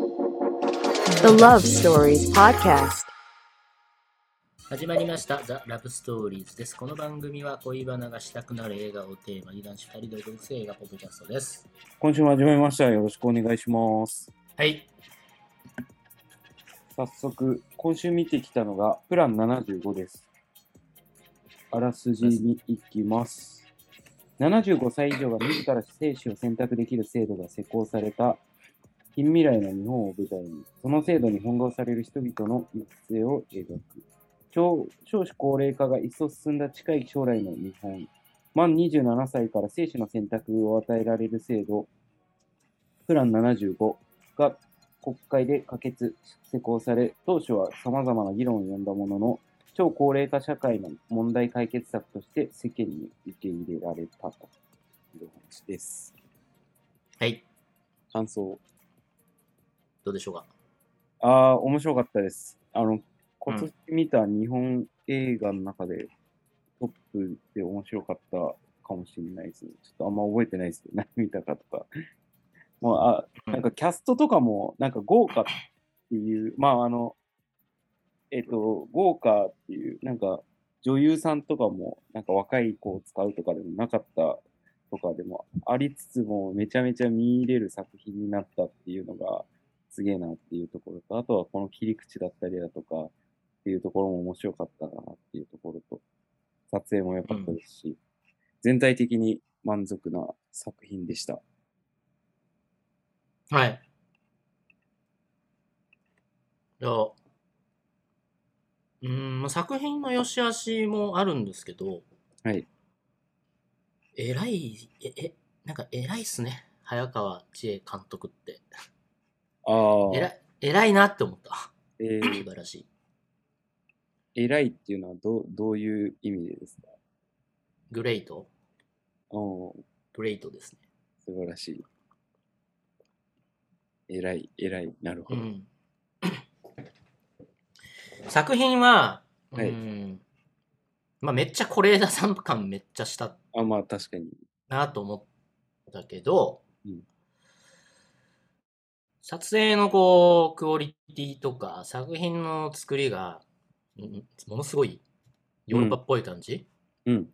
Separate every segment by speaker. Speaker 1: The Love Stories Podcast.
Speaker 2: 始まりました「ザ・ラブストーリーズ」です。この番組は恋バナがしたくなる映画をテーマに男子2人でお届けする映画ポッドキャストです。
Speaker 3: 今週も始めました。よろしくお願いします。
Speaker 2: はい。
Speaker 3: 早速、今週見てきたのが、プラン75です。あらすじに行きます。75歳以上が自ら生死を選択できる制度が施行された近未来の日本を舞台に、その制度に翻弄される人々の行く末を描く。少少子高齢化が一層進んだ近い将来の日本。満27歳から生死の選択を与えられる制度、プラン75が国会で可決、施行され、当初は様々な議論を呼んだものの、超高齢化社会の問題解決策として世間に受け入れられたというお話です。
Speaker 2: はい。
Speaker 3: 感想。
Speaker 2: どうでしょうか
Speaker 3: ああ、面白かったです。あの、今年見た日本映画の中で、トップで面白かったかもしれないですね。ちょっとあんま覚えてないですけど、何見たかとか。もう、あ、
Speaker 2: うん
Speaker 3: なんかキャストとかも、なんか豪華っていう、まああの、えっと、豪華っていう、なんか女優さんとかも、なんか若い子を使うとかでもなかったとかでもありつつも、めちゃめちゃ見入れる作品になったっていうのが、すげえなっていうところと、あとはこの切り口だったりだとかっていうところも面白かったなっていうところと、撮影も良かったですし、全体的に満足な作品でした。
Speaker 2: はい。どううーん、まあ作品の良し悪しもあるんですけど、
Speaker 3: はい。
Speaker 2: 偉い、え、え、なんか偉いっすね。早川千恵監督って。
Speaker 3: ああ、
Speaker 2: 偉い、偉いなって思った。
Speaker 3: えー
Speaker 2: 素晴らしい。
Speaker 3: 偉いっていうのはどうどういう意味でですか
Speaker 2: グレイト
Speaker 3: おー
Speaker 2: グレイトですね。
Speaker 3: 素晴らしい。偉い、偉い、なるほ
Speaker 2: う
Speaker 3: ど。
Speaker 2: ん作品は、
Speaker 3: はい
Speaker 2: うんまあ、めっちゃ是枝さん感めっちゃした
Speaker 3: あ、まあ確かに。
Speaker 2: なと思ったけど、
Speaker 3: うん
Speaker 2: 撮影のこうクオリティとか作品の作りが、うんものすごいヨーロッパっぽい感じ、
Speaker 3: うん。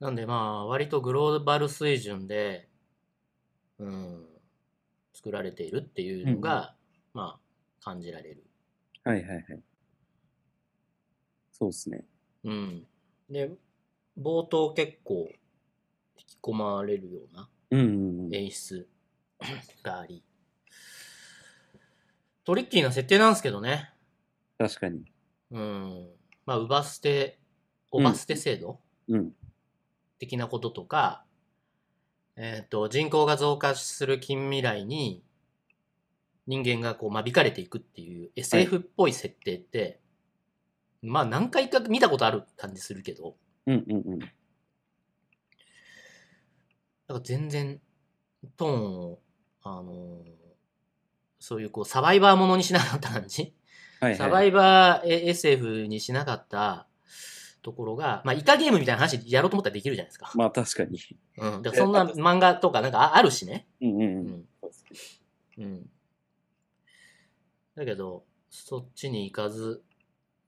Speaker 2: なんでまあ割とグローバル水準で、うん、作られているっていうのが、まあ感じられる。
Speaker 3: はいはいはい。そうですね。
Speaker 2: うん。で、冒頭結構引き込まれるような
Speaker 3: うんうんうん。
Speaker 2: 演出があり、トリッキーな設定なんですけどね。
Speaker 3: 確かに。
Speaker 2: うん。まあ、奪捨て、おば捨て制度
Speaker 3: うん。
Speaker 2: 的なこととか、えっ、と、人口が増加する近未来に、人間がこう、間引かれていくっていう SF っぽい設定って、まあ、何回か見たことある感じするけど、
Speaker 3: うんうんうん。
Speaker 2: なんか全然、トーンを、あのーそういうこう、サバイバーものにしなかった感じ。
Speaker 3: はい
Speaker 2: サ
Speaker 3: は
Speaker 2: バ
Speaker 3: い。
Speaker 2: イバー SF にしなかったところが、まあ、イカゲームみたいな話やろうと思ったらできるじゃないですか。
Speaker 3: まあ確かに。
Speaker 2: うん。だからそんな漫画とかなんかああるしね。
Speaker 3: うんう
Speaker 2: う
Speaker 3: んうん。
Speaker 2: ん。うん。だけど、そっちに行かず、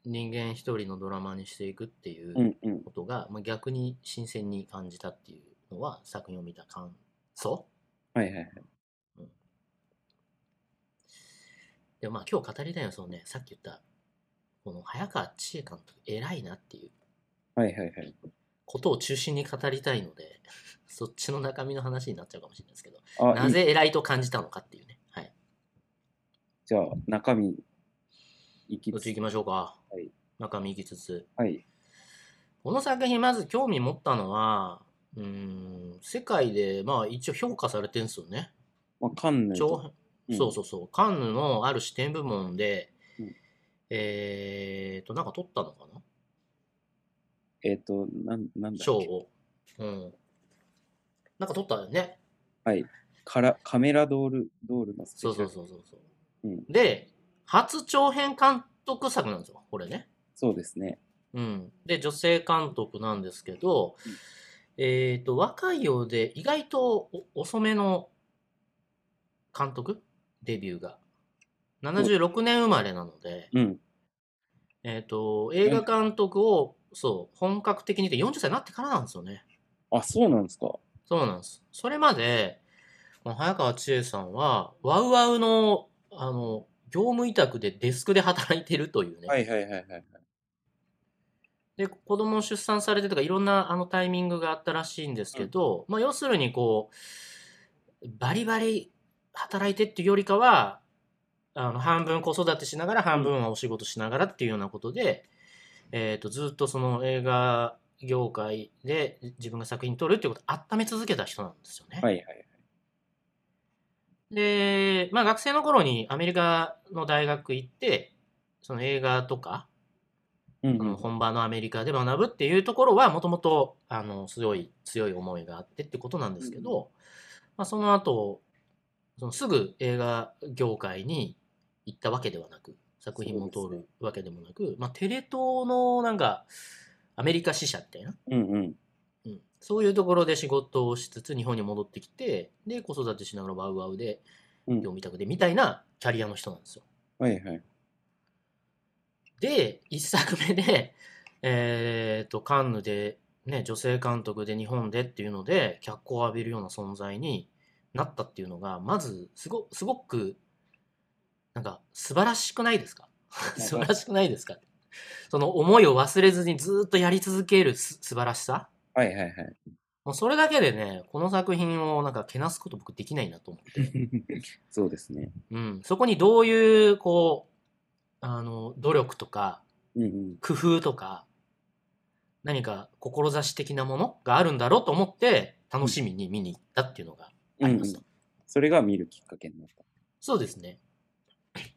Speaker 2: 人間一人のドラマにしていくっていう。
Speaker 3: うんうん。
Speaker 2: ことが、まあ、逆に新鮮に感じたっていうのは作品を見た感想
Speaker 3: はいはいはい。
Speaker 2: でもまあ今日語りたいのはそのねさっき言ったこの早川千恵監督偉いなっていう
Speaker 3: はいはいはい。
Speaker 2: ことを中心に語りたいので そっちの中身の話になっちゃうかもしれないですけど
Speaker 3: あ、
Speaker 2: ない
Speaker 3: い
Speaker 2: ぜ偉いと感じたのかっていうねはい
Speaker 3: じゃあ、中身、いき
Speaker 2: どっ
Speaker 3: つ
Speaker 2: ち行
Speaker 3: つ
Speaker 2: きましょうか、
Speaker 3: はい
Speaker 2: 中身行きつつ
Speaker 3: はい。
Speaker 2: この作品まず興味持ったのはうーん世界でまあ一応評価されてるんですよね
Speaker 3: まあ、カンヌと
Speaker 2: 長
Speaker 3: か。
Speaker 2: 編そうそうそう、カンヌのある視点部門で、
Speaker 3: うん
Speaker 2: えーと、なんか取ったのかな
Speaker 3: うん。えっと、なんなんだ
Speaker 2: 賞
Speaker 3: っけ。
Speaker 2: を。うん。なんか取ったよね。
Speaker 3: からカメラドール、ドールのスペシ
Speaker 2: そう
Speaker 3: ャ
Speaker 2: そ
Speaker 3: ル
Speaker 2: うそうそうそう。
Speaker 3: うん
Speaker 2: で、初長編監督作なんですよ、これね。
Speaker 3: そうですね。
Speaker 2: うん。で、女性監督なんですけど、
Speaker 3: うん
Speaker 2: えーと、若いようで、意外とお遅めの監督デビューが。76年生まれなので、
Speaker 3: うん。
Speaker 2: えっ、と、映画監督を、そう、本格的にって40歳になってからなんですよね。
Speaker 3: あ、そうなんですか。
Speaker 2: そうなんです。それまで、この早川千恵さんは、ワウワウの、あの、業務委託でデスクで働いてるというね。
Speaker 3: はいはいはい。
Speaker 2: で、子供を出産されてとか、いろんなあのタイミングがあったらしいんですけど、まあ、要するにこう、バリバリ働いてっていうよりかは、あの、半分子育てしながら、半分はお仕事しながらっていうようなことで、えっ、と、ずっとその映画業界で自分が作品撮るっていうことを温め続けた人なんですよね。
Speaker 3: はいはい。
Speaker 2: で、まあ学生の頃にアメリカの大学行って、その映画とか、
Speaker 3: うん
Speaker 2: あ
Speaker 3: う
Speaker 2: の
Speaker 3: ん。
Speaker 2: 本場のアメリカで学ぶっていうところは、もともと、あの、強い、強い思いがあってってことなんですけど、まあその後、そのすぐ映画業界に行ったわけではなく、作品も
Speaker 3: そう
Speaker 2: 通
Speaker 3: です
Speaker 2: るわけでもなく、まあテレ東のなんか、アメリカ支社ってな、
Speaker 3: うんうん。
Speaker 2: うん、そういうところで仕事をしつつ日本に戻ってきて、で、子育てしながらワウワウで、
Speaker 3: うん
Speaker 2: 業務委託で、みたいなキャリアの人なんですよ。
Speaker 3: はいはい。
Speaker 2: で、一作目で、 えっと、カンヌで、ね、女性監督で日本でっていうので、脚光を浴びるような存在になったっていうのが、まず、すご、すごく、なんか、素晴らしくないですか 素晴らしくないですかその思いを忘れずにずっとやり続けるす素晴らしさ
Speaker 3: はいはいはい。
Speaker 2: もうそれだけでね、この作品をなんかけなすこと僕できないなと思って。
Speaker 3: そうですね。
Speaker 2: うん。そこにどういう、こう、あの、努力とか、
Speaker 3: うんうん。
Speaker 2: 工夫とか、何か志的なものがあるんだろうと思って、楽しみに見に行ったっていうのがありました。
Speaker 3: うんそれが見るきっかけになった。
Speaker 2: そうですね。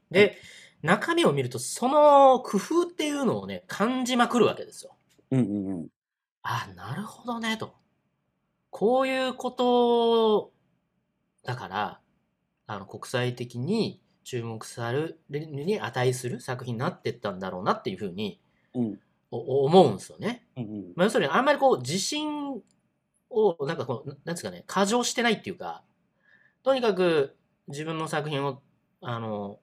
Speaker 2: で、中身を見ると、その工夫っていうのをね、感じまくるわけですよ。
Speaker 3: うんうんうん。
Speaker 2: あ、なるほどね、と。こういうことだから、あの、国際的に注目されるに値する作品になってったんだろうなっていうふうに
Speaker 3: うん
Speaker 2: お思うんですよね。
Speaker 3: うんうん。
Speaker 2: まあ、要するにあんまりこう、自信を、なんかこう、ななんですかね、過剰してないっていうか、とにかく自分の作品を、あの、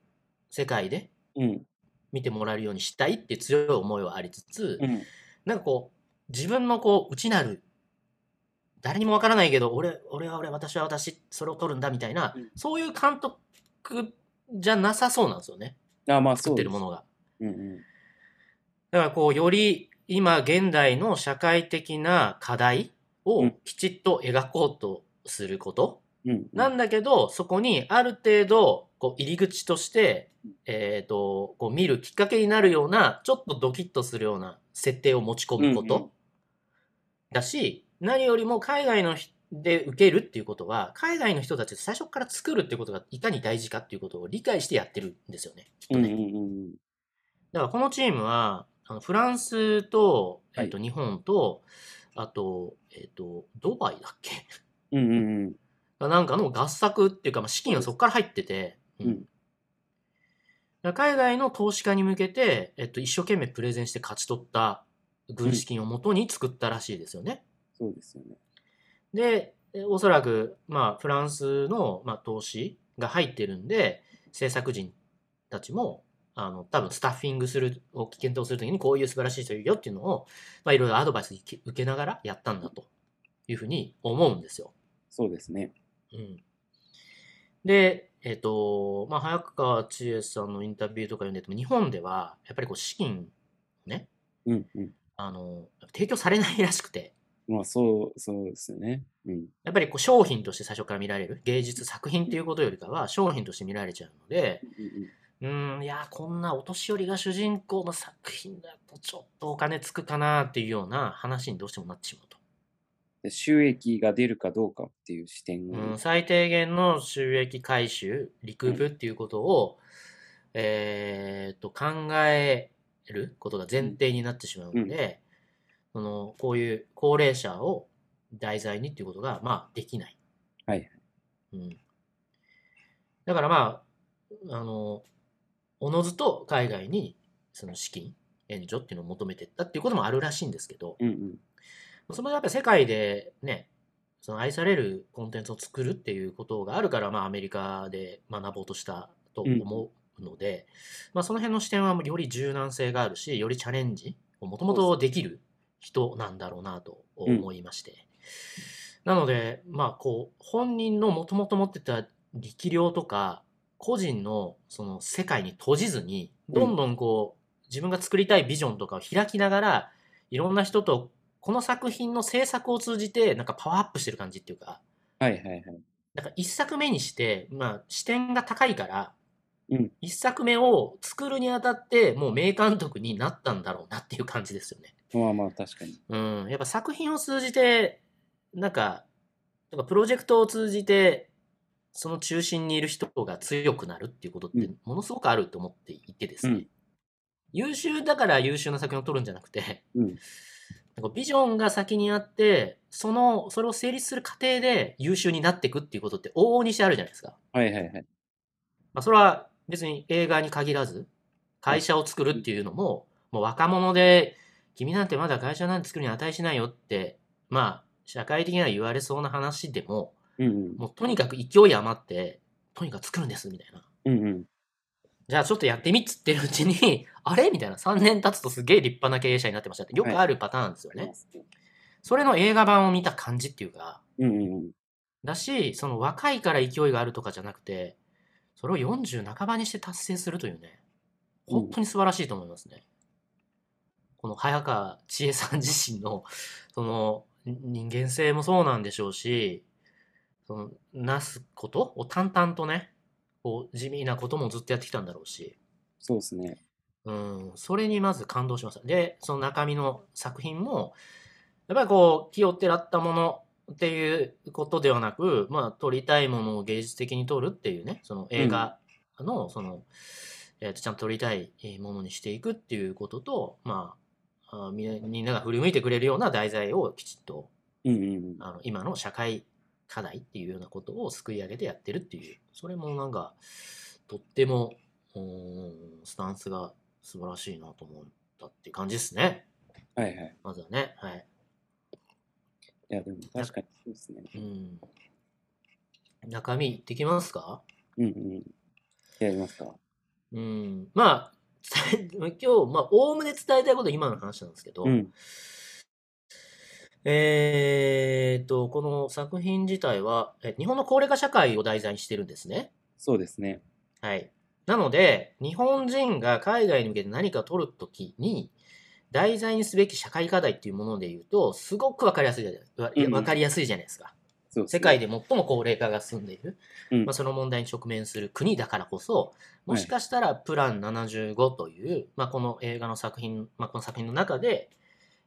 Speaker 2: 世界で
Speaker 3: うん
Speaker 2: 見てもらえるようにしたいっていう強い思いはありつつ、
Speaker 3: うん。
Speaker 2: なんかこう、自分のこう、内なる、誰にもわからないけど、俺、俺は俺、私は私、それを取るんだみたいな、
Speaker 3: うん
Speaker 2: そういう監督じゃなさそうなんですよね。
Speaker 3: あ、まあ
Speaker 2: 作
Speaker 3: そ
Speaker 2: っ
Speaker 3: う
Speaker 2: て
Speaker 3: で
Speaker 2: る
Speaker 3: す
Speaker 2: も。のが。
Speaker 3: うんうん。
Speaker 2: だからこう、より今現代の社会的な課題
Speaker 3: う
Speaker 2: を
Speaker 3: ん
Speaker 2: きちっと描こうとすること。
Speaker 3: うんうん。
Speaker 2: なんだけど、そこにある程度、こう、入り口として
Speaker 3: うん、
Speaker 2: えっ、と、こう、見るきっかけになるような、ちょっとドキッとするような設定を持ち込むこと。
Speaker 3: うんうん
Speaker 2: だし、何よりも海外のひで受けるっていうことは、海外の人たちと最初から作るっていうことがいかに大事かっていうことを理解してやってるんですよね。きっと
Speaker 3: うんうん
Speaker 2: ね。
Speaker 3: うん。
Speaker 2: だからこのチームは、あのフランスと、え
Speaker 3: は
Speaker 2: っ
Speaker 3: い
Speaker 2: と、日本と、あと、えっと、ドバイだっけ
Speaker 3: うんうんうん。
Speaker 2: なんかの合作っていうか、まあ、資金がそこから入ってて、
Speaker 3: うん
Speaker 2: だから海外の投資家に向けて、えっと、一生懸命プレゼンして勝ち取った軍資金をもとに作ったらしいですよね。
Speaker 3: そうですよね。
Speaker 2: で、えおそらく、まあ、フランスの、まあ、投資が入ってるんで、制作人たちも、あの、多分スタッフィングする、を検討するときに、こういう素晴らしい人いるよっていうのを、まあ、いろいろアドバイス受け受けながらやったんだというふうに思うんですよ。
Speaker 3: そうですね。
Speaker 2: うん。で、えっ、と、まあ、早川千恵さんのインタビューとか読んでても、日本では、やっぱりこう、資金、ね、
Speaker 3: うんうん。
Speaker 2: あの、提供されないらしくて、
Speaker 3: まあそう、そうですよね。うん。
Speaker 2: やっぱりこう商品として最初から見られる芸術作品っていうことよりかは商品として見られちゃうのでうーんいやーこんなお年寄りが主人公の作品だとちょっとお金つくかなっていうような話にどうしてもなってしまうと、
Speaker 3: で収益が出るかどうかっていう視点が、
Speaker 2: うん、最低限の収益回収リクープっていうことを、えーっと考えることが前提になってしまうので、そのこういう高齢者を題材にっていうことがまあできない
Speaker 3: はい。
Speaker 2: うんだからまあ、あの、おのずと海外にその資金、援助っていうのを求めてったっていうこともあるらしいんですけど、
Speaker 3: うんうん。
Speaker 2: そのやっぱり世界でね、その愛されるコンテンツを作るっていうことがあるから、まあ、アメリカで学ぼうとしたと思うので、まあ、その辺の視点はより柔軟性があるし、よりチャレンジをもともとできる人なんだろうなと思いまして。なので、まあ、こう、本人のもともと持ってた力量とか、個人のその世界に閉じずに、どんどんこう、自分が作りたいビジョンとかを開きながら、いろんな人とこの作品の制作を通じて、なんかパワーアップしてる感じっていうか、
Speaker 3: はいはいはい。
Speaker 2: なんか一作目にして、まあ視点が高いから
Speaker 3: うん、
Speaker 2: 一作目を作るにあたって、もう名監督になったんだろうなっていう感じですよね。
Speaker 3: まあまあ確かに。
Speaker 2: うん、やっぱ作品を通じて、なんか、なんかプロジェクトを通じて、その中心にいる人が強くなるっていうことっ
Speaker 3: う
Speaker 2: て
Speaker 3: ん、
Speaker 2: ものすごくあると思っていてですね、
Speaker 3: うん
Speaker 2: 優秀だから優秀な作品を撮るんじゃなくて、
Speaker 3: うん
Speaker 2: なんかビジョンが先にあって、その、それを成立する過程で優秀になっていくっていうことって往々にしてあるじゃないですか。
Speaker 3: はいはいはい。
Speaker 2: まあ、それは別に映画に限らず、会社を作るっていうのも、もう若者で、君なんてまだ会社なんて作るに値しないよって、まあ、社会的には言われそうな話でも、
Speaker 3: うん
Speaker 2: もうとにかく勢い余って、とにかく作るんです、みたいな。
Speaker 3: うん。うんうん。
Speaker 2: じゃあちょっとやってみっつってるうちに、 あれみたいな。3年経つとすげえ立派な経営者になってましたって、よくあるパターンですよね。それの映画版を見た感じっていうか、
Speaker 3: うんうん
Speaker 2: だし、その若いから勢いがあるとかじゃなくて、それを40半ばにして達成するというね、
Speaker 3: うん
Speaker 2: 本当に素晴らしいと思いますね。この早川千恵さん自身の、その人間性もそうなんでしょうし、そのなすことを淡々とね、こう地味なこともずっとやってきたんだろうし、
Speaker 3: そうですね。
Speaker 2: うん、それにまず感動しました。で、その中身の作品も、やっぱりこう、気をてらったものっていうことではなく、まあ、撮りたいものを芸術的に撮るっていうね、その映画の、その、えーとちゃんと撮りたいえーものにしていくっていうことと、まあ、あーみんなみんなが振り向いてくれるような題材をきちっと、
Speaker 3: うんうんうん。
Speaker 2: あの、今の社会課題っていうようなことをすくい上げてやってるっていう、それもなんか、とっても、うーん、スタンスが素晴らしいなと思ったっていう感じですね。
Speaker 3: はいはい。
Speaker 2: まずはね。はい。
Speaker 3: いやでも確かにそうですね。
Speaker 2: うん。中身行ってきますか
Speaker 3: うんうん。やりますか。
Speaker 2: うん。まあ、伝え 今日、まあ、おおむね伝えたいことは今の話なんですけど、
Speaker 3: うん。
Speaker 2: えーっと、この作品自体は、え日本の高齢化社会を題材にしてるんですね。
Speaker 3: そうですね。
Speaker 2: はい。なので、日本人が海外に向けて何かを取るときに、題材にすべき社会課題っていうもので言うと、すごくわかりやすいじゃないわ
Speaker 3: うんうん
Speaker 2: わかりやすいじゃないですか。
Speaker 3: そうですね
Speaker 2: 世界で最も高齢化が進んでいる、
Speaker 3: うん
Speaker 2: まあ、その問題に直面する国だからこそ、もしかしたらプラン75という、まあ、この映画の作品、まあ、この作品の中で、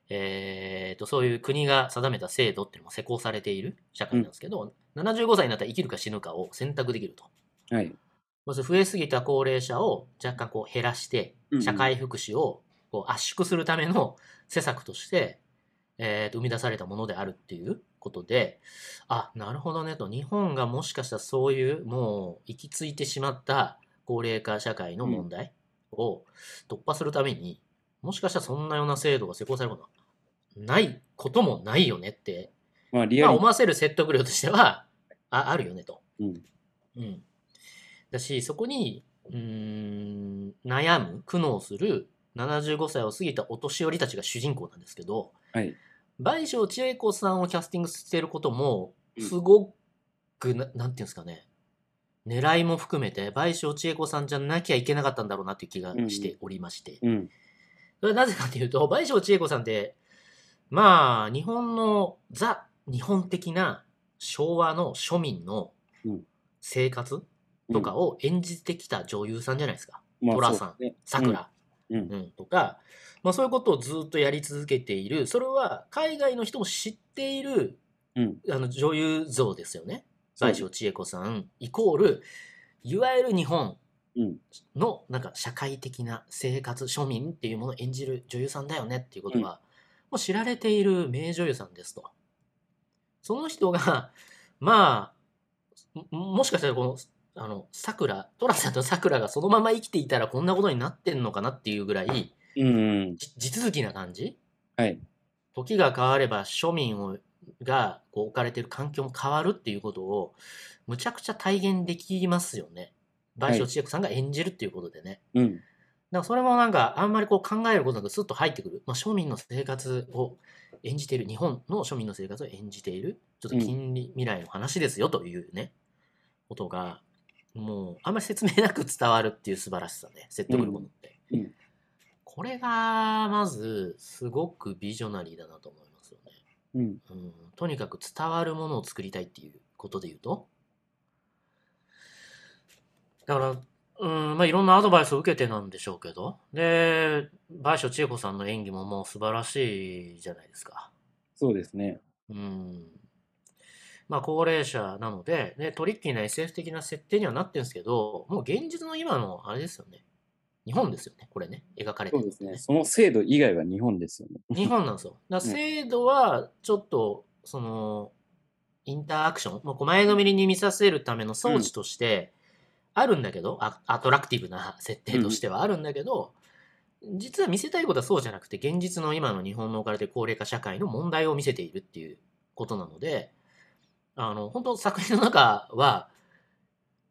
Speaker 2: えー、とそういう国が定めた制度っていうのも施行されている社会なんですけど、75歳になったら生きるか死ぬかを選択できると。
Speaker 3: はい。
Speaker 2: まず増えすぎた高齢者を若干こう減らして
Speaker 3: うんう、ん
Speaker 2: 社会福祉をこう圧縮するための施策として、えーと生み出されたものであるっていうことで、あ、なるほどねと、日本がもしかしたらそういうもう行き着いてしまった高齢化社会の問題を突破するために、もしかしたらそんなような制度が施行されることはないこともないよねって
Speaker 3: まあリ
Speaker 2: ま
Speaker 3: ア
Speaker 2: あ、
Speaker 3: ル
Speaker 2: 思わせる説得力としてはああるよねと。
Speaker 3: うん
Speaker 2: うんだしそこにうーん悩む苦悩する75歳を過ぎたお年寄りたちが主人公なんですけど
Speaker 3: はい。
Speaker 2: 倍賞千恵子さんをキャスティングしてることも
Speaker 3: うん
Speaker 2: すごくな,、なんていうんですかね狙いも含めて倍賞千恵子さんじゃなきゃいけなかったんだろうなという気がしておりまして、
Speaker 3: うん。
Speaker 2: それはなぜかというと、倍賞千恵子さんって、まあ、日本の、ザ、日本的な昭和の庶民の
Speaker 3: うん
Speaker 2: 生活とかを演じてきた女優さんじゃないですか。
Speaker 3: まあ
Speaker 2: 寅さん
Speaker 3: そうですね
Speaker 2: さくら、
Speaker 3: うんうん
Speaker 2: うん、とか、まあそういうことをずっとやり続けている、それは海外の人も知っている
Speaker 3: うん。
Speaker 2: あの女優像ですよね。
Speaker 3: そう
Speaker 2: 倍賞千恵子さん、イコール、いわゆる日本
Speaker 3: うん。
Speaker 2: のなんか社会的な生活庶民っていうものを演じる女優さんだよねっていうことが、もう知られている名女優さんですと。その人が、 まあ、ももしかしたらこの、あの、桜、トラさんと桜がそのまま生きていたらこんなことになってんのかなっていうぐらい、
Speaker 3: うんうん。
Speaker 2: じ地続きな感じ
Speaker 3: はい。
Speaker 2: 時が変われば庶民をがこう置かれてる環境も変わるっていうことをむちゃくちゃ体現できますよね。倍賞千恵子さんが演じるっていうことでね。
Speaker 3: うん。
Speaker 2: だからそれもなんかあんまりこう考えることなくスッと入ってくる、まあ、庶民の生活を演じている日本の庶民の生活を演じているちょっと近利未来の話ですよというね、ことがもうあんまり説明なく伝わるっていう素晴らしさね説得力もって、
Speaker 3: うんうん
Speaker 2: これがまずすごくビジョナリーだなと思いますよね、
Speaker 3: うん。
Speaker 2: うん、とにかく伝わるものを作りたいっていうことで言うとだからうんまあいろんなアドバイスを受けてなんでしょうけどで倍賞千恵子さんの演技ももう素晴らしいじゃないですか
Speaker 3: そうですね。
Speaker 2: うんまあ高齢者なのででトリッキーな SF 的な設定にはなってるんですけどもう現実の今のあれですよね日本ですよねこれね描かれて
Speaker 3: そう
Speaker 2: るの
Speaker 3: で
Speaker 2: っ
Speaker 3: す
Speaker 2: て
Speaker 3: ね。その制度以外は日本ですよね。
Speaker 2: 日本なんです よ。だから制度は、ちょっと、その、インターアクション、もう前のめりに見させるための装置として、あるんだけど、あアトラクティブな設定としてはあるんだけど、実は見せたいことはそうじゃなくて、現実の今の日本の置かれてる高齢化社会の問題を見せているっていうことなので、あの、本当作品の中は、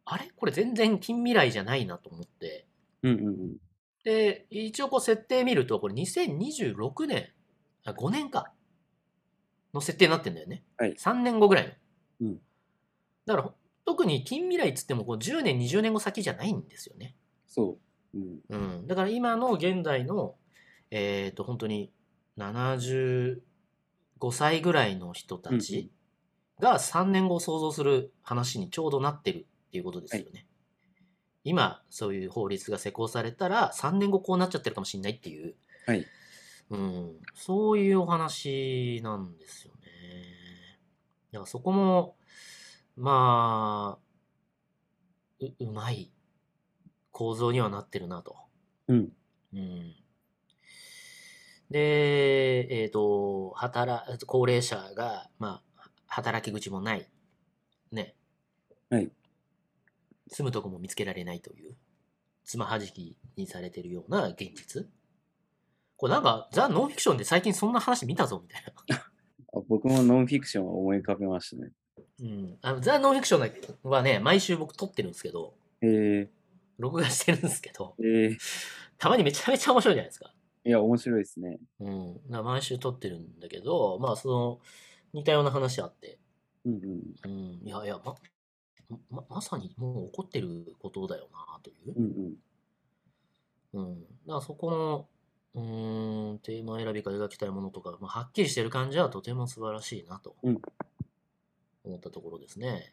Speaker 2: あれこれ全然近未来じゃないなと思って、
Speaker 3: うんうんうん。
Speaker 2: で、一応こう設定見ると、これ2026年、あ、5年か、の設定になってんだよね。
Speaker 3: はい
Speaker 2: 3年後ぐらいの。
Speaker 3: うん
Speaker 2: だから、特に近未来っつってもこう10年、20年後先じゃないんですよね。
Speaker 3: そう。うん。
Speaker 2: うん。だから今の現代の、えっ、と、本当に75歳ぐらいの人た
Speaker 3: うんう
Speaker 2: ちが3年後を想像する話にちょうどなってるっていうことですよね。今、そういう法律が施行されたら、3年後こうなっちゃってるかもしれないっていう、
Speaker 3: はい。
Speaker 2: うん、そういうお話なんですよね。だからそこも、まあ、う、うまい構造にはなってるなと。
Speaker 3: うん。
Speaker 2: うん。で、えっ、と、働、高齢者が、まあ、働き口もない。ね。
Speaker 3: はい。
Speaker 2: 住むとこも見つけられないという、つまはじきにされてるような現実。これなんか、ザ・ノンフィクションで最近そんな話見たぞ、みたいな。
Speaker 3: あ僕もノンフィクションを思い浮かべましたね。
Speaker 2: うん。あの、ザ・ノンフィクションはね、毎週僕撮ってるんですけど、
Speaker 3: え
Speaker 2: 録画してるんですけど、
Speaker 3: ー、えー、
Speaker 2: たまにめちゃめちゃ面白いじゃないですか。
Speaker 3: いや、面白いですね。
Speaker 2: うん、だから毎週撮ってるんだけど、まあその似たような話あって、
Speaker 3: うんうん。
Speaker 2: うん、いやいや、ま、ままさにもう起こってることだよなという
Speaker 3: う、んうん。
Speaker 2: うん、だからそこのうーんテーマ選びか描きたいものとか、まあ、はっきりしてる感じはとても素晴らしいなと
Speaker 3: うん
Speaker 2: 思ったところですね。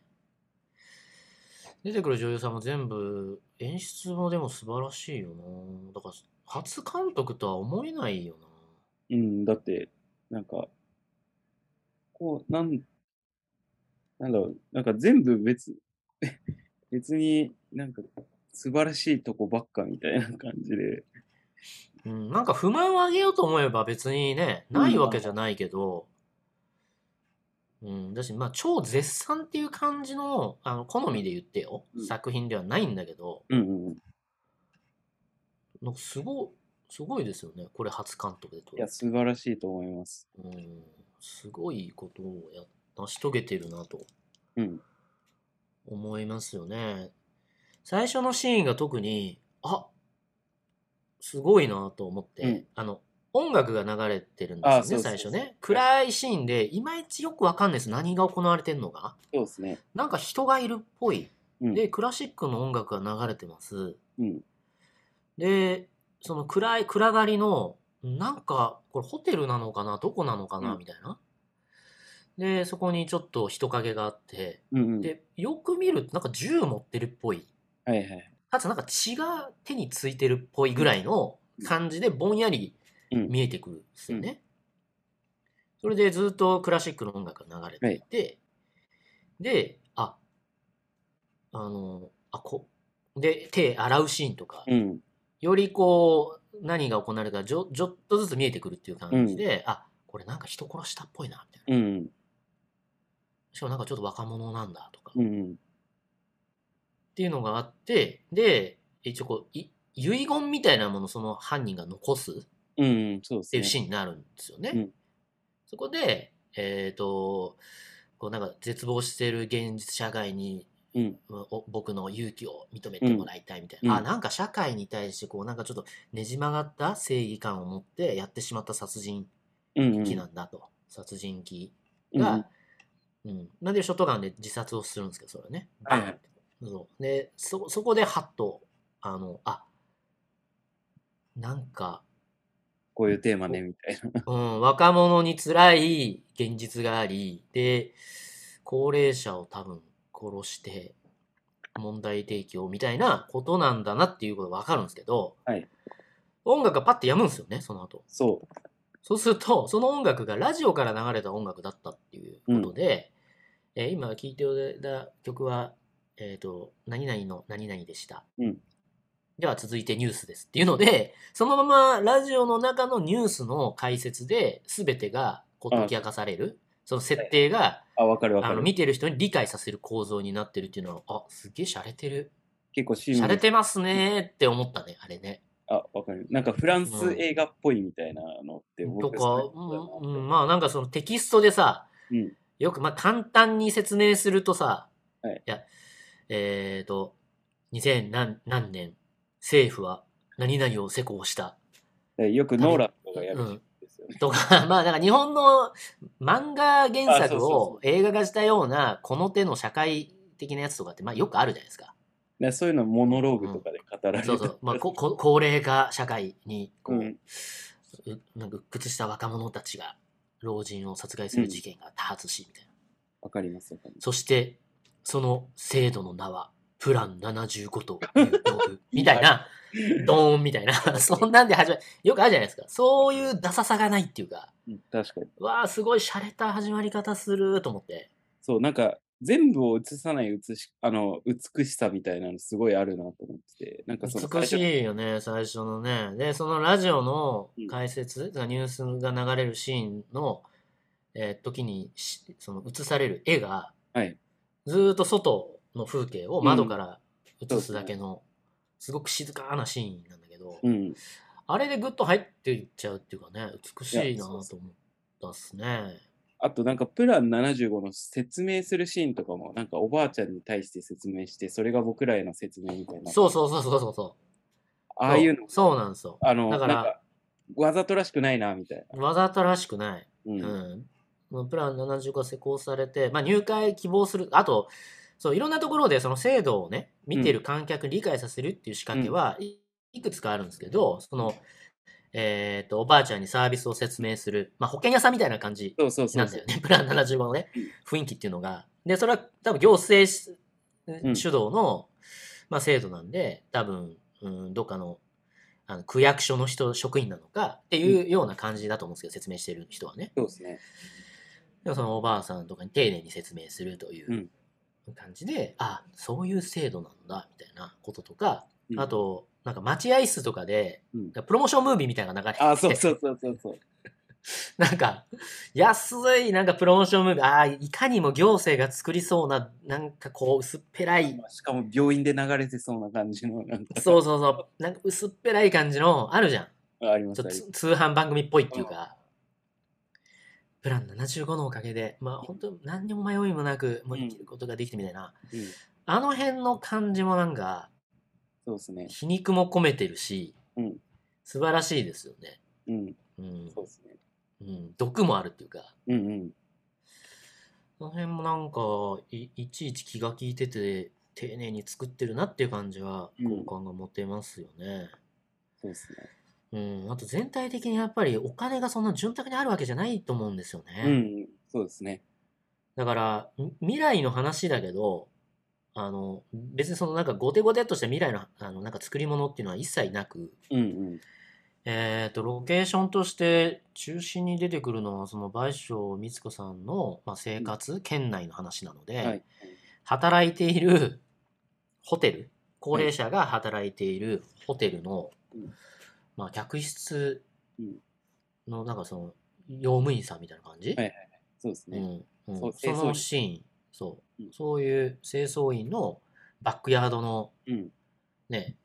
Speaker 2: 出てくる女優さんも全部演出もでも素晴らしいよなだから初監督とは思えないよな
Speaker 3: うん、だって、なんか、こう、なん、なんだろう、なんか全部別、 別になんか素晴らしいとこばっかみたいな感じで、
Speaker 2: うん、なんか不満をあげようと思えば別にね、
Speaker 3: うん
Speaker 2: ないわけじゃないけど、うん、だし、まあ、超絶賛っていう感じの、あの、好みで言ってよ
Speaker 3: う。ん
Speaker 2: 作品ではないんだけど、
Speaker 3: うんうんうん。
Speaker 2: なんかすご、すごいですよね。これ初監督で撮
Speaker 3: いや、
Speaker 2: る。
Speaker 3: 素晴らしいと思います。
Speaker 2: うん、すごいことをや、成し遂げてるなと
Speaker 3: うん。
Speaker 2: 思いますよね。最初のシーンが特に、あ、すごいなと思って、
Speaker 3: うん
Speaker 2: あの、音楽が流れてるん
Speaker 3: あ
Speaker 2: で
Speaker 3: そ
Speaker 2: すよ
Speaker 3: う
Speaker 2: ね、
Speaker 3: そう
Speaker 2: 最
Speaker 3: そ
Speaker 2: 初
Speaker 3: う
Speaker 2: ね。暗いシーンで、いまいちよくわかんないです。何が行われてんのか。
Speaker 3: そうですね。
Speaker 2: なんか人がいるっぽい。
Speaker 3: うん。
Speaker 2: で、クラシックの音楽が流れてます。
Speaker 3: うん。
Speaker 2: で、その暗い、暗がりの、なんか、これホテルなのかな、どこなのかな、
Speaker 3: うん
Speaker 2: みたいな。で、そこにちょっと人影があって、
Speaker 3: うんうん。はい
Speaker 2: で、よく見るとなんか銃持ってるっぽい。
Speaker 3: はい。
Speaker 2: かつなんか血が手についてるっぽいぐらいの感じでぼんやり
Speaker 3: うん
Speaker 2: 見えてくるんですよね。それでずっとクラシックの音楽が流れていて、で、あ、あの、あ、こ、で、手洗うシーンとか、
Speaker 3: うん。
Speaker 2: よりこう、何が行われるか、ちょちょっとずつ見えてくるっていう感じで、あ、これなんか人殺したっぽいな、みたいな。
Speaker 3: うん。
Speaker 2: しかもなんかちょっと若者なんだとか、
Speaker 3: うんうん。
Speaker 2: っていうのがあって、で、一応こう、い遺言みたいなものをその犯人が残すっ
Speaker 3: うんうん。そうで
Speaker 2: ていう
Speaker 3: す
Speaker 2: シー
Speaker 3: ね。
Speaker 2: ンになるんですよね。
Speaker 3: うん
Speaker 2: そこで、えっ、と、こうなんか絶望してる現実社会に、
Speaker 3: うん
Speaker 2: お僕の勇気を認めてもらいたいみたいな、
Speaker 3: うん
Speaker 2: あなんか社会に対してこうなんかちょっとねじ曲がった正義感を持ってやってしまった殺人
Speaker 3: うんうん
Speaker 2: 鬼なんだと、殺人鬼
Speaker 3: うんうん
Speaker 2: が、うんなんでショットガンで自殺をするんですけどそれはね、
Speaker 3: はいはい
Speaker 2: そうでそそこでハッとあのあなん か、
Speaker 3: こういうテーマね、みたいな。
Speaker 2: うん、若者に辛い現実がありで高齢者を多分殺して問題提供みたいなことなんだなっていうことが分かるんですけど、
Speaker 3: はい
Speaker 2: 音楽がパッてやむんですよねその後
Speaker 3: そ
Speaker 2: そうすると、その音楽がラジオから流れた音楽だったっていうことで、えー今聴いていただいた曲は、えっ、と、何々の何々でした。
Speaker 3: うん
Speaker 2: では続いてニュースですっていうので、そのままラジオの中のニュースの解説で全てがこう解き明かされる、その設定が、
Speaker 3: う。あ、わかるわか
Speaker 2: あの
Speaker 3: る。
Speaker 2: 見てる人に理解させる構造になってるっていうのは、あ、すげえ洒落てる。
Speaker 3: 結構シーン
Speaker 2: 洒落てますねーって思ったね、あれね。
Speaker 3: あ、わかる。なんかフランス映画っぽいみたいなのって
Speaker 2: と
Speaker 3: 僕
Speaker 2: か
Speaker 3: 好、
Speaker 2: う
Speaker 3: きだ
Speaker 2: ん
Speaker 3: な
Speaker 2: うんまあなんかそのテキストでさ、
Speaker 3: うん
Speaker 2: よくまあ簡単に説明するとさ、
Speaker 3: はい
Speaker 2: や、えっ、と、2000何何年、政府は何々を施行した
Speaker 3: でよくノーランとかやるんですよね。
Speaker 2: とか、 まあなんか日本の漫画原
Speaker 3: あそう
Speaker 2: 作
Speaker 3: そうそ
Speaker 2: を映画化したようなこの手の社会的なやつとかってまあよくあるじゃないですか。
Speaker 3: でそういうのモノローグとかで語られる。
Speaker 2: そうそう、まあ、ここ高齢化社会にこう、
Speaker 3: うん
Speaker 2: うなんか鬱屈した若者たちが老人を殺害する事件が多発しみたいな。
Speaker 3: わかりますわかります。
Speaker 2: そして、その制度の名は、プラン75という道具みたいな、ドーンみたいな、 そんなんで始まる。よくあるじゃないですか。そういうダサさがないっていうか、
Speaker 3: うん確かに。
Speaker 2: わあ、すごい洒落た始まり方すると思って。
Speaker 3: そう、なんか全部を映さない映しあの美しさみたいなのすごいあるなと思ってて。なんかその
Speaker 2: 美
Speaker 3: 最初
Speaker 2: しいよね、最初のね。で、そのラジオの解説、ニュースが流れるシーンの、えー時にしその映される絵が、
Speaker 3: はい
Speaker 2: ずーっと外の風景を窓から映すだけの、すごく静かなシーンなんだけど、
Speaker 3: うん。
Speaker 2: あれでグッと入っていっちゃうっていうかね、美しい
Speaker 3: いや
Speaker 2: なと
Speaker 3: そう
Speaker 2: 思
Speaker 3: そ
Speaker 2: ったっすね。
Speaker 3: あとなんかプラン75の説明するシーンとかもなんかおばあちゃんに対して説明してそれが僕らへの説明みたいな
Speaker 2: そうそうそうそうそうそう。
Speaker 3: ああいう
Speaker 2: そ
Speaker 3: の
Speaker 2: うそうなんですよ。
Speaker 3: あの
Speaker 2: だから
Speaker 3: なんかわざとらしくないなみたい
Speaker 2: わざとらしくない。
Speaker 3: な、うん
Speaker 2: うん、プラン70が施行されて、まあ、入会希望する、あと、そういろんなところでその制度をね、見てる観客に理解させるっていう仕掛けはいいくつかあるんですけど、その、えっ、と、おばあちゃんにサービスを説明する、まあ、保険屋さんみたいな感じ
Speaker 3: そうそうそ
Speaker 2: な
Speaker 3: うん
Speaker 2: だ
Speaker 3: そ
Speaker 2: よ
Speaker 3: う
Speaker 2: ね、プラン75のね、雰囲気っていうのが。で、それは多分行政し
Speaker 3: ん
Speaker 2: 主導の、まあ、制度なんで、多分、うん、どっかのあの区役所の人、職員なのかっていうような感じだと思うんですけど、説明してる人はね。
Speaker 3: そうですね
Speaker 2: でもそのおばあさんとかに丁寧に説明するという感じで、あそういう制度なんだみたいなこととか、
Speaker 3: うん
Speaker 2: あとなんか待合室とかで、
Speaker 3: うん
Speaker 2: プロモーションムービーみたいなのが流れてて
Speaker 3: あそうそうそうそうそう
Speaker 2: なんか安いなんかプロモーションムービーあーいかにも行政が作りそうななんかこう薄っぺらい
Speaker 3: まあしかも病院で流れてそうな感じのなんか
Speaker 2: そうそう そうなんか薄っぺらい感じのあるじゃん
Speaker 3: ありま
Speaker 2: ち
Speaker 3: す
Speaker 2: ょっ
Speaker 3: あ
Speaker 2: と
Speaker 3: り
Speaker 2: つ通販番組っぽいっていうか、プラン75のおかげで、まあ本当何にも迷いもなく、もう生きることができてみたいな、
Speaker 3: ますうん
Speaker 2: あの辺の感じもなんか、
Speaker 3: そうですね
Speaker 2: 皮肉も込めてるし、
Speaker 3: うん
Speaker 2: 素晴らしいですよね。
Speaker 3: うん
Speaker 2: うん
Speaker 3: そうですね
Speaker 2: うん、毒もあるっていうか、
Speaker 3: うんうん
Speaker 2: その辺もなんかい、いちいち気が利いてて、丁寧に作ってるなっていう感じは、
Speaker 3: うん
Speaker 2: 好感が持てますよね。
Speaker 3: そうですね
Speaker 2: うん、あと全体的にやっぱりお金がそんな潤沢にあるわけじゃないと思うんですよね。
Speaker 3: うんそうですね
Speaker 2: だから、み未来の話だけど、あの、別にそのなんかゴテゴテっとした未来の、あの、なんか作り物っていうのは一切なく、
Speaker 3: うんうん
Speaker 2: えっと、ロケーションとして中心に出てくるのは、その倍賞美津子さんの、まあ、生活、県内の話なので、
Speaker 3: はい
Speaker 2: 働いているホテル、高齢者が働いているホテルの、
Speaker 3: うん
Speaker 2: まあ、客室
Speaker 3: うん
Speaker 2: の、なんかその、用務員さんみたいな感じ、
Speaker 3: はいそうです
Speaker 2: う
Speaker 3: ね
Speaker 2: んうん
Speaker 3: そう
Speaker 2: そ
Speaker 3: 清掃
Speaker 2: の
Speaker 3: 員
Speaker 2: シーン、そう、
Speaker 3: うん
Speaker 2: そういう清掃員のバックヤードの
Speaker 3: うん
Speaker 2: ね、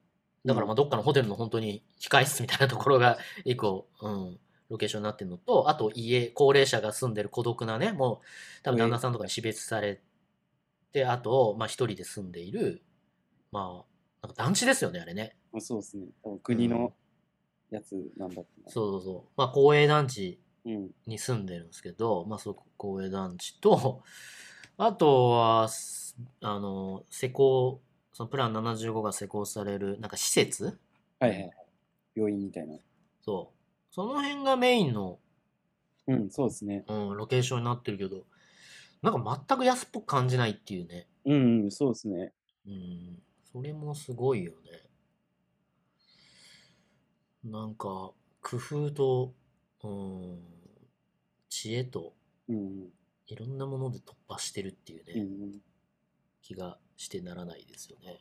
Speaker 2: だからまあどっかのホテルの本当に控え室みたいなところが一個、うん、ロケーションになってるのと、あと家、高齢者が住んでる孤独なね、もう、多分旦那さんとかに死別されて、あと、まあ一人で住んでいる、まあ、なんか団地ですよね、あれね。
Speaker 3: まあ、そうですね。多分国のやつなんだって、
Speaker 2: そうそうそう。まあ公営団地
Speaker 3: うん。
Speaker 2: に住んでるんですけど、まあ、その公営団地と、あとは、すあの、施工、そのプラン75が施工される、なんか施設
Speaker 3: はいはいはい。病院みたいな。
Speaker 2: そう。その辺がメインの、
Speaker 3: うん、そうですね。
Speaker 2: うん、ロケーションになってるけど、なんか全く安っぽく感じないっていうね。
Speaker 3: うん、うん、そうですね。
Speaker 2: うん、それもすごいよね。なんか、工夫と、うん、知恵と、
Speaker 3: うん、うん
Speaker 2: いろんなもので突破してるっていうね。
Speaker 3: うんうん。い
Speaker 2: 気がしてならないですよね。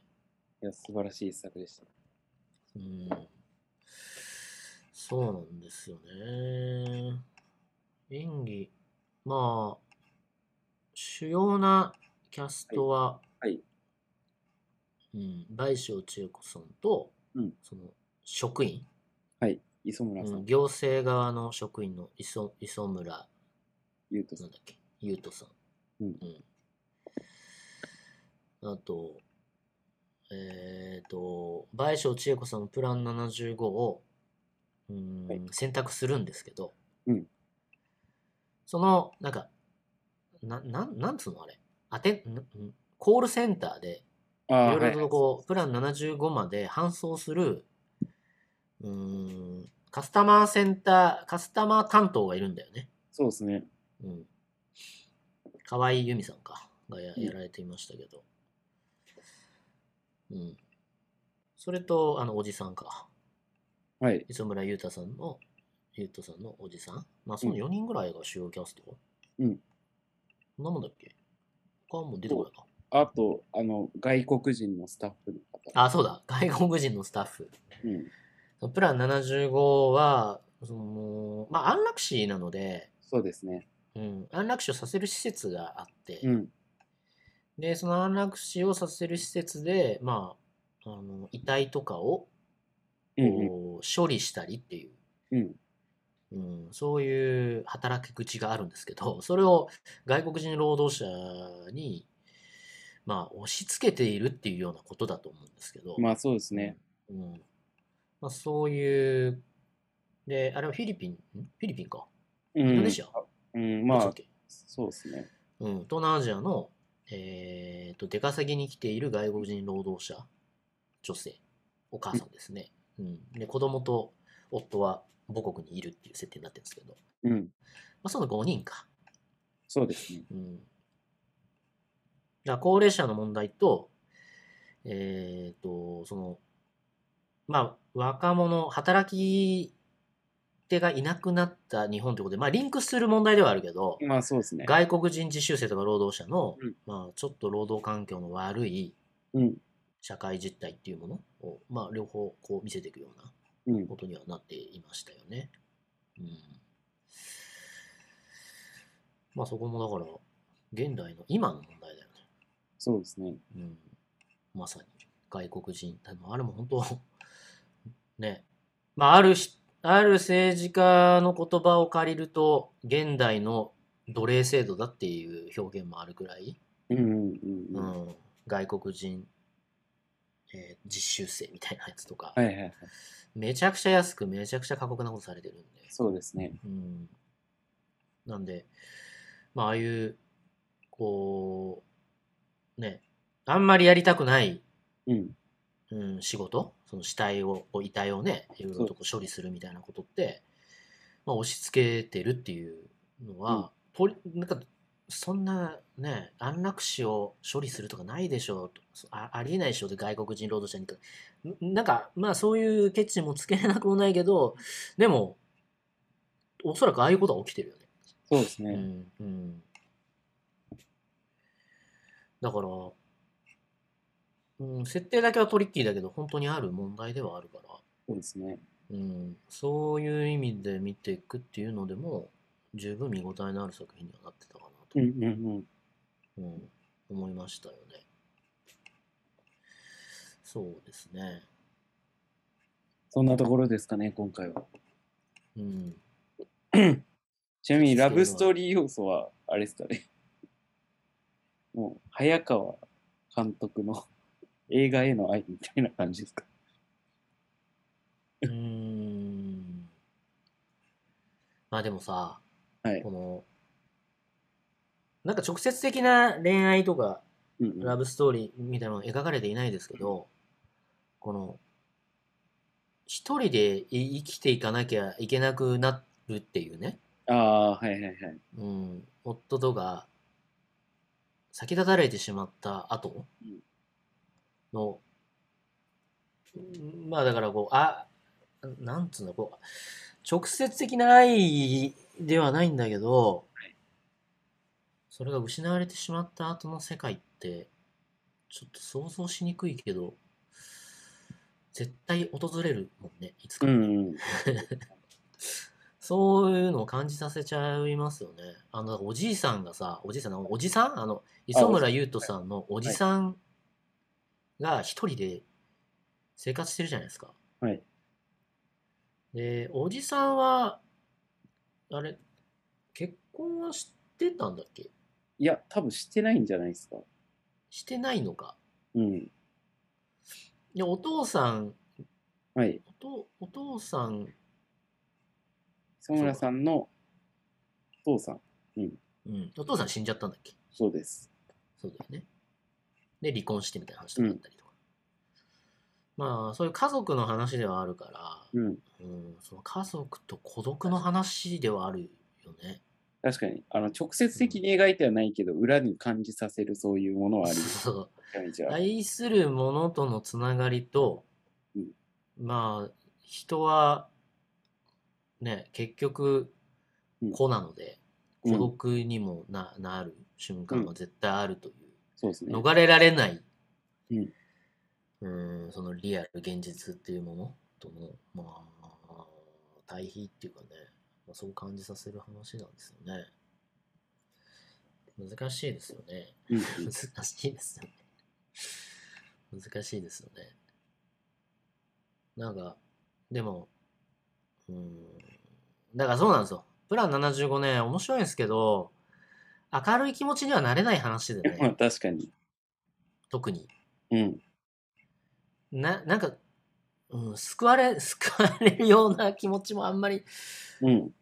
Speaker 3: や、素晴らしい一作でした。
Speaker 2: うん。そうなんですよね。演技、まあ、主要なキャストは、
Speaker 3: はいはい
Speaker 2: うん、倍賞千恵子さんと、
Speaker 3: うん
Speaker 2: その職員、
Speaker 3: はい。磯村さ
Speaker 2: うんん、、行政側の職員の磯磯村
Speaker 3: ゆうとさ。
Speaker 2: なんんだっけ、ゆうとさん。
Speaker 3: うん
Speaker 2: あと、えっ、と、倍賞千恵子さんのプラン75を、うーん
Speaker 3: はい
Speaker 2: 選択するんですけど、
Speaker 3: うん
Speaker 2: その、なんか、ななんなんつうのあれ、あてんんコールセンターで、
Speaker 3: あ
Speaker 2: い
Speaker 3: あ、
Speaker 2: ろ
Speaker 3: はいい
Speaker 2: ろとこう、プラン75まで搬送する、うーん、カスタマーセンター、カスタマー担当がいるんだよね。
Speaker 3: そうですね。
Speaker 2: うん。河合由美さんか。がや
Speaker 3: うん
Speaker 2: やられていましたけど。うん。それと、あの、おじさんか。
Speaker 3: はい。
Speaker 2: 磯村優太さんの、優斗さんのおじさん。まあ、その
Speaker 3: うん
Speaker 2: 4人ぐらいが主要キャスト。
Speaker 3: うん。
Speaker 2: そんなもんだっけ他はもう出てこないか。
Speaker 3: あと、あの、外国人のスタッフの方。
Speaker 2: あ、そうだ。外国人のスタッフ。
Speaker 3: うん。
Speaker 2: プラン75は、その、まあ、安楽死なので、
Speaker 3: そうですね。
Speaker 2: うん、安楽死をさせる施設があって、
Speaker 3: うん。
Speaker 2: で、その安楽死をさせる施設で、まあ、あの遺体とかを
Speaker 3: うん、うん。
Speaker 2: こう処理したりっていう、
Speaker 3: うん。
Speaker 2: うん、そういう働き口があるんですけど、 それを外国人労働者に、まあ、押し付けているっていうようなことだと思うんですけど、
Speaker 3: まあ、そうですね。
Speaker 2: うんまあ、そういう、で、あれはフィリピン、んフィリピンか、
Speaker 3: うん。
Speaker 2: インドネシア、
Speaker 3: うん、
Speaker 2: どっち
Speaker 3: ま
Speaker 2: だ
Speaker 3: あ
Speaker 2: っ、け
Speaker 3: そうですね。
Speaker 2: うん、東南アジアの、えー、と出稼ぎに来ている外国人労働者女性お母さんですね、うん、で子供と夫は母国にいるっていう設定になってるんですけど、ま
Speaker 3: うん。
Speaker 2: あ、その5人か、
Speaker 3: そうですね。
Speaker 2: うん、だから高齢者の問題と,、えー、とそのまあ若者働き手がいなくなった日本ということで、まあ、リンクする問題ではあるけど、
Speaker 3: まあ、そうですね。
Speaker 2: 外国人実習生とか労働者の、
Speaker 3: うん
Speaker 2: まあ、ちょっと労働環境の悪い
Speaker 3: うん。
Speaker 2: 社会実態っていうものを、まあ、両方こう見せていくような
Speaker 3: うん。
Speaker 2: ことにはなっていましたよね。うん、まあそこもだから現代の今の問題だよ
Speaker 3: そうですね。
Speaker 2: ね。うん、まさに外国人あのあれも本当 ねまああるしある政治家の言葉を借りると現代の奴隷制度だっていう表現もあるくらい、
Speaker 3: うんうんうん。
Speaker 2: う
Speaker 3: うん、
Speaker 2: ん、外国人、えー実習生みたいなやつとか、
Speaker 3: はいはいはい。
Speaker 2: めちゃくちゃ安くめちゃくちゃ過酷なことされてるんで、
Speaker 3: そうですね。
Speaker 2: うん、なんで、まあああいうこうねあんまりやりたくない、
Speaker 3: うん。
Speaker 2: うん、仕事その死体をこう遺体をねいろいろとこう処理するみたいなことって、まあ、押し付けてるっていうの
Speaker 3: うん
Speaker 2: は、とりなんかそんなね安楽死を処理するとかないでしょうとあありえないでしょうで外国人労働者にかんなんかまあそういうケチもつけなくもないけどでもおそらくああいうことは起きてるよね。
Speaker 3: そうですね。
Speaker 2: うんうん、だから、うん、設定だけはトリッキーだけど本当にある問題ではあるから、
Speaker 3: そうですね。
Speaker 2: うん、そういう意味で見ていくっていうのでも十分見応えのある作品にはなってたかなと、
Speaker 3: うんうんうん。
Speaker 2: うん、思いましたよね。そうですね。
Speaker 3: そんなところですかね、今回は。
Speaker 2: うん。
Speaker 3: ちなみにラブストーリー要素は、あれですかね。 もう、早川監督の 映画への愛みたいな感じですか。
Speaker 2: うーん。まあでもさ、
Speaker 3: はい
Speaker 2: この、なんか直接的な恋愛とか、
Speaker 3: うんうん
Speaker 2: ラブストーリーみたいなの描かれていないですけど、この、一人で生きていかなきゃいけなくなるっていうね、
Speaker 3: ああ、はいはいはい。
Speaker 2: うん、夫とが先立たれてしまった後
Speaker 3: うん
Speaker 2: の、まあだからこう、あ、なんつうんだ、こう、直接的な愛ではないんだけど、それが失われてしまった後の世界って、ちょっと想像しにくいけど、絶対訪れるもんね、いつか。
Speaker 3: うん、うん。
Speaker 2: そういうのを感じさせちゃいますよね。あの、おじいさんがさ、おじいさん、おじさんあの、磯村優斗さんのおじさんが一人で生活してるじゃないですか。
Speaker 3: はい。
Speaker 2: で、おじさんは、あれ、結婚はしてたんだっけ
Speaker 3: いや、多分してないんじゃないですか。
Speaker 2: してないのか。
Speaker 3: うん。
Speaker 2: いや、お父さん、
Speaker 3: はい。
Speaker 2: おとお父さん、
Speaker 3: 磯村さんのお父さん。
Speaker 2: うん、お父さん死んじゃったんだっけ
Speaker 3: そうです。
Speaker 2: そうだよね。で、離婚してみたいな話とかあったりとか。まあ、そういう家族の話ではあるか
Speaker 3: うん。
Speaker 2: ら、うん、その家族と孤独の話ではあるよね。
Speaker 3: 確かに。あの、直接的に描いてはないけど、裏に感じさせるそういうものはありま す
Speaker 2: そう
Speaker 3: よね。じゃあ。
Speaker 2: 愛する者とのつながりと、
Speaker 3: うん
Speaker 2: まあ、人は、ね、結局
Speaker 3: うん、
Speaker 2: 子なので、
Speaker 3: うん
Speaker 2: 孤独にもな,、なる瞬間は絶対あるという。
Speaker 3: そうですね。
Speaker 2: 逃れられない、
Speaker 3: うん
Speaker 2: うん、そのリアル現実っていうものとのまあ対比っていうかね、まあ、そう感じさせる話なんですよね難しいですよね
Speaker 3: うんうん
Speaker 2: 難しいですよね難しいですよねなんかでもうんだからそうなんですよプラン75ね面白いんですけど明るい気持ちにはなれない話でね
Speaker 3: まあ、確かに。
Speaker 2: 特に。
Speaker 3: うん。
Speaker 2: な、なんか、うん、救われ、 救われるような気持ちもあんまり、
Speaker 3: うん。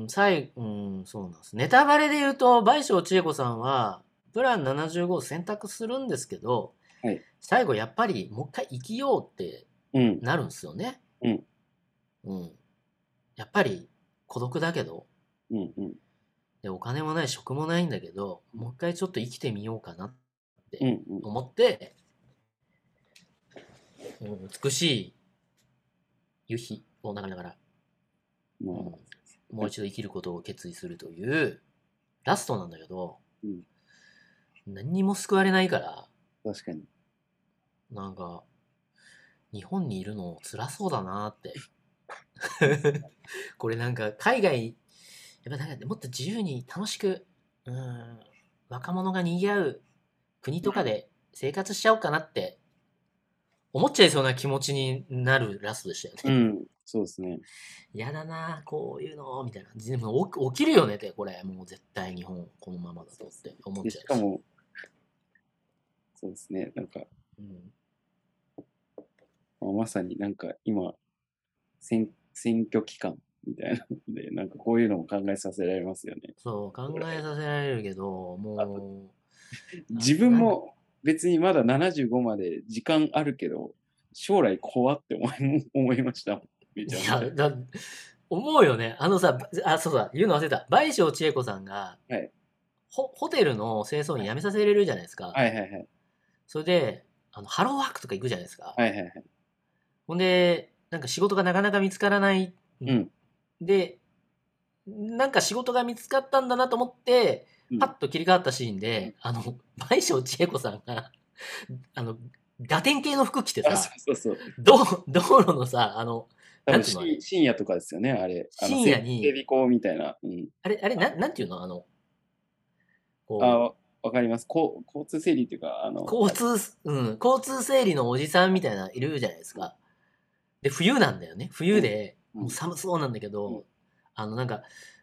Speaker 2: うん、最、うん、そうなんです。ネタバレで言うと、倍賞千恵子さんは、プラン75を選択するんですけど、
Speaker 3: はい
Speaker 2: 最後やっぱりもう一回生きようって
Speaker 3: うん。
Speaker 2: なるんですよね。
Speaker 3: うん。
Speaker 2: うん。やっぱり孤独だけど、
Speaker 3: うん。うん。
Speaker 2: でお金もない、職もないんだけど、もう一回ちょっと生きてみようかなって
Speaker 3: うん。うん
Speaker 2: 思って、うん美しい夕日を眺めながら、
Speaker 3: ま
Speaker 2: うん
Speaker 3: あ、
Speaker 2: もう一度生きることを決意するというラストなんだけど、
Speaker 3: うん
Speaker 2: 何にも救われないから
Speaker 3: 確かに。
Speaker 2: なんか日本にいるの辛そうだなって これなんか海外やっぱなんかもっと自由に楽しくうん若者が賑わう国とかで生活しちゃおうかなって思っちゃいそうな気持ちになるラストでしたよね。
Speaker 3: うん。そうですね。
Speaker 2: 嫌だなあこういうのみたいなでもお起きるよねってこれもう絶対日本このままだとって思っ
Speaker 3: で
Speaker 2: ちゃう
Speaker 3: しかも、そうですね。なんか、
Speaker 2: うん
Speaker 3: まあまさになんか今、選選挙期間みたいなので、 なんかこういうのも考えさせられますよね。
Speaker 2: そう考えさせられるけどもあ
Speaker 3: 自分も別にまだ75まで時間あるけど、将来怖って思い思いました。め
Speaker 2: うい
Speaker 3: ちゃ
Speaker 2: や
Speaker 3: めちゃ
Speaker 2: だ思うよねあのさあそうだ言うの忘れた倍賞千恵子さんが、
Speaker 3: はい
Speaker 2: ホホテルの清掃員辞めさせれるじゃないですか、
Speaker 3: はいはいはい。
Speaker 2: それであのハローワークとか行くじゃないですか、
Speaker 3: はいはいはい。
Speaker 2: ほんでなんか仕事がなかなか見つからない、
Speaker 3: うん
Speaker 2: でなんか仕事が見つかったんだなと思って
Speaker 3: うん
Speaker 2: パッと切り替わったシーンで、あの、倍賞千恵子さんが、あの、ガテン系の服着て
Speaker 3: あ、
Speaker 2: さ
Speaker 3: そ、うそうそう。
Speaker 2: 道道路のさ、あの、
Speaker 3: 多
Speaker 2: なん
Speaker 3: 分
Speaker 2: ていうのあ
Speaker 3: 深
Speaker 2: れ
Speaker 3: 深夜とかですよね、あれ。あの
Speaker 2: 深夜に
Speaker 3: 整備工みたいな。うん、
Speaker 2: あれ、あれ、なん、なんていうのあの、
Speaker 3: あ
Speaker 2: こ
Speaker 3: わ、わかります。こう交通整理っていうか、あの
Speaker 2: う、交通、うん、交通整理のおじさんみたいな、いるじゃないですか。で、冬なんだよね。冬で、
Speaker 3: うん
Speaker 2: もう寒そうなんだけど、
Speaker 3: うん
Speaker 2: あの、なんか、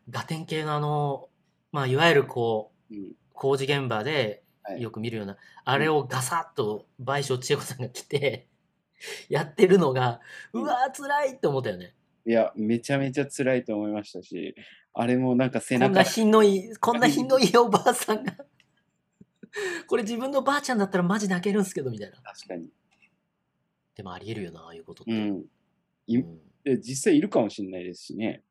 Speaker 2: ガテン系のあの、まあ、いわゆるこう、
Speaker 3: うん
Speaker 2: 工事現場で
Speaker 3: はい
Speaker 2: よく見るような、あれをガサッと倍賞千恵子さんが来て、やってるのが、うわー、辛いって思ったよね。
Speaker 3: いや、めちゃめちゃ辛いと思いましたし、あれもなんか背
Speaker 2: こんな
Speaker 3: 中、
Speaker 2: ひんのい、こんなひんのいいおばあさ んが、これ自分のばあちゃんだったらマジ泣けるんすけど、みたいな。
Speaker 3: 確かに。
Speaker 2: でもありえるよな、ああいうことって。
Speaker 3: うん。
Speaker 2: う
Speaker 3: い
Speaker 2: ん
Speaker 3: で実際いるかもしれないですしね。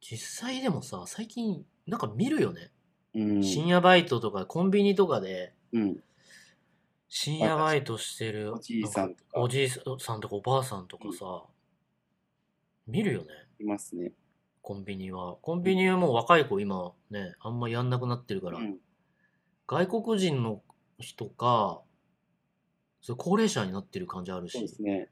Speaker 2: 実際でもさ、最近、なんか見るよね。
Speaker 3: うん。
Speaker 2: 深夜バイトとか、コンビニとかで、
Speaker 3: うん。
Speaker 2: 深夜バイトしてる
Speaker 3: おじいさんとか
Speaker 2: おじいさんとかおばあさんとかさ、見るよね
Speaker 3: いますね。
Speaker 2: コンビニはコンビニはもう若い子今ねあんまやんなくなってるから、
Speaker 3: うん。
Speaker 2: 外国人の人かそれ高齢者になってる感じある
Speaker 3: そ
Speaker 2: し
Speaker 3: うですね。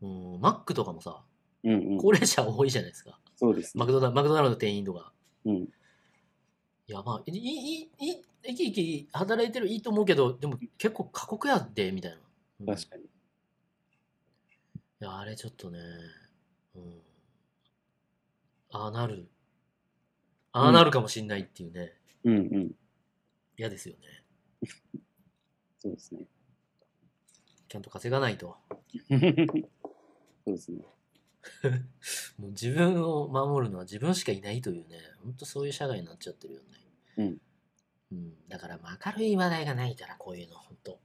Speaker 2: うんマックとかもさ
Speaker 3: うんうん。
Speaker 2: 高齢者多いじゃないですか、
Speaker 3: そうですね
Speaker 2: マ。クドナマクドナルドの店員とか
Speaker 3: うん。
Speaker 2: いやまあいいいいいい生き生き働いてるいいと思うけどでも結構過酷やってみたいな、うん
Speaker 3: 確かに。
Speaker 2: いや、あれちょっとね、うん。ああなる。ああなるかもしんないっていうね、
Speaker 3: うんうん。
Speaker 2: 嫌ですよね。
Speaker 3: そうですね。
Speaker 2: ちゃんと稼がないと。
Speaker 3: そうですね。
Speaker 2: もう自分を守るのは自分しかいないというね、ほんとそういう社会になっちゃってるよね。
Speaker 3: うん。
Speaker 2: うん。だから、まあ明るい話題がないから、こういうの、ほんと。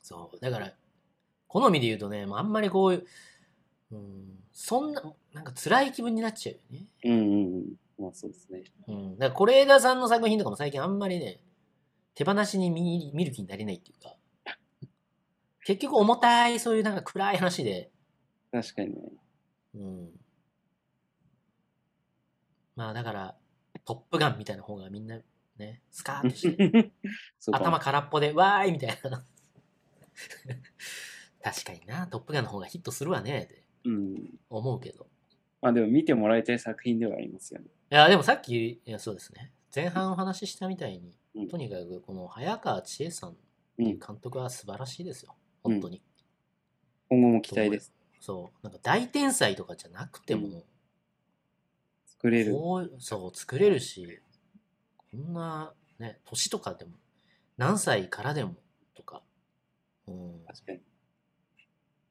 Speaker 2: そう。だから、好みで言うとね、もうあんまりこういう、うん、そんな、なんか辛い気分になっちゃうよね。
Speaker 3: うんうんうん。まあそうですね。
Speaker 2: うん、だから是枝さんの作品とかも最近あんまりね手放しに見見る気になれないっていうか結局重たいそういうなんか暗い話で、
Speaker 3: 確かにね。
Speaker 2: うん、まあだから「トップガン」みたいな方がみんなねスカーッとして
Speaker 3: そうか
Speaker 2: 頭空っぽで「わーい!」みたいな 確かにな「トップガン」の方がヒットするわねって
Speaker 3: うん。
Speaker 2: 思うけど
Speaker 3: まあでも見てもらいたい作品ではありますよね。
Speaker 2: いやでもさっきいやそうですね前半お話ししたみたいに、
Speaker 3: うん
Speaker 2: とにかくこの早川千恵さん
Speaker 3: う。
Speaker 2: っていうん監督は素晴らしいですよ、
Speaker 3: うん
Speaker 2: 本当に。
Speaker 3: 今後も期待です。
Speaker 2: そう、なんか大天才とかじゃなくても、
Speaker 3: 作れる。
Speaker 2: こうそう、作れるし、こんな、ね、年とかでも、何歳からでもとか、うん、
Speaker 3: 確かに。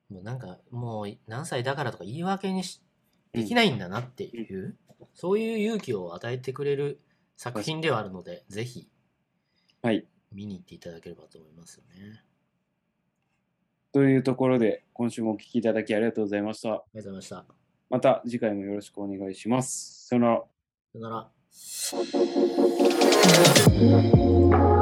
Speaker 2: もうなんか、もう何歳だからとか言い訳にしできないんだなっていう、そういう勇気を与えてくれる作品ではあるので、ぜひ
Speaker 3: はい。
Speaker 2: 見に行っていただければと思いますよね。
Speaker 3: というところで、今週もお聞きいただきありがとうございました。
Speaker 2: ありがとうございました。さ
Speaker 3: また次回もよろしくお願いします。さよなら。
Speaker 2: よなら。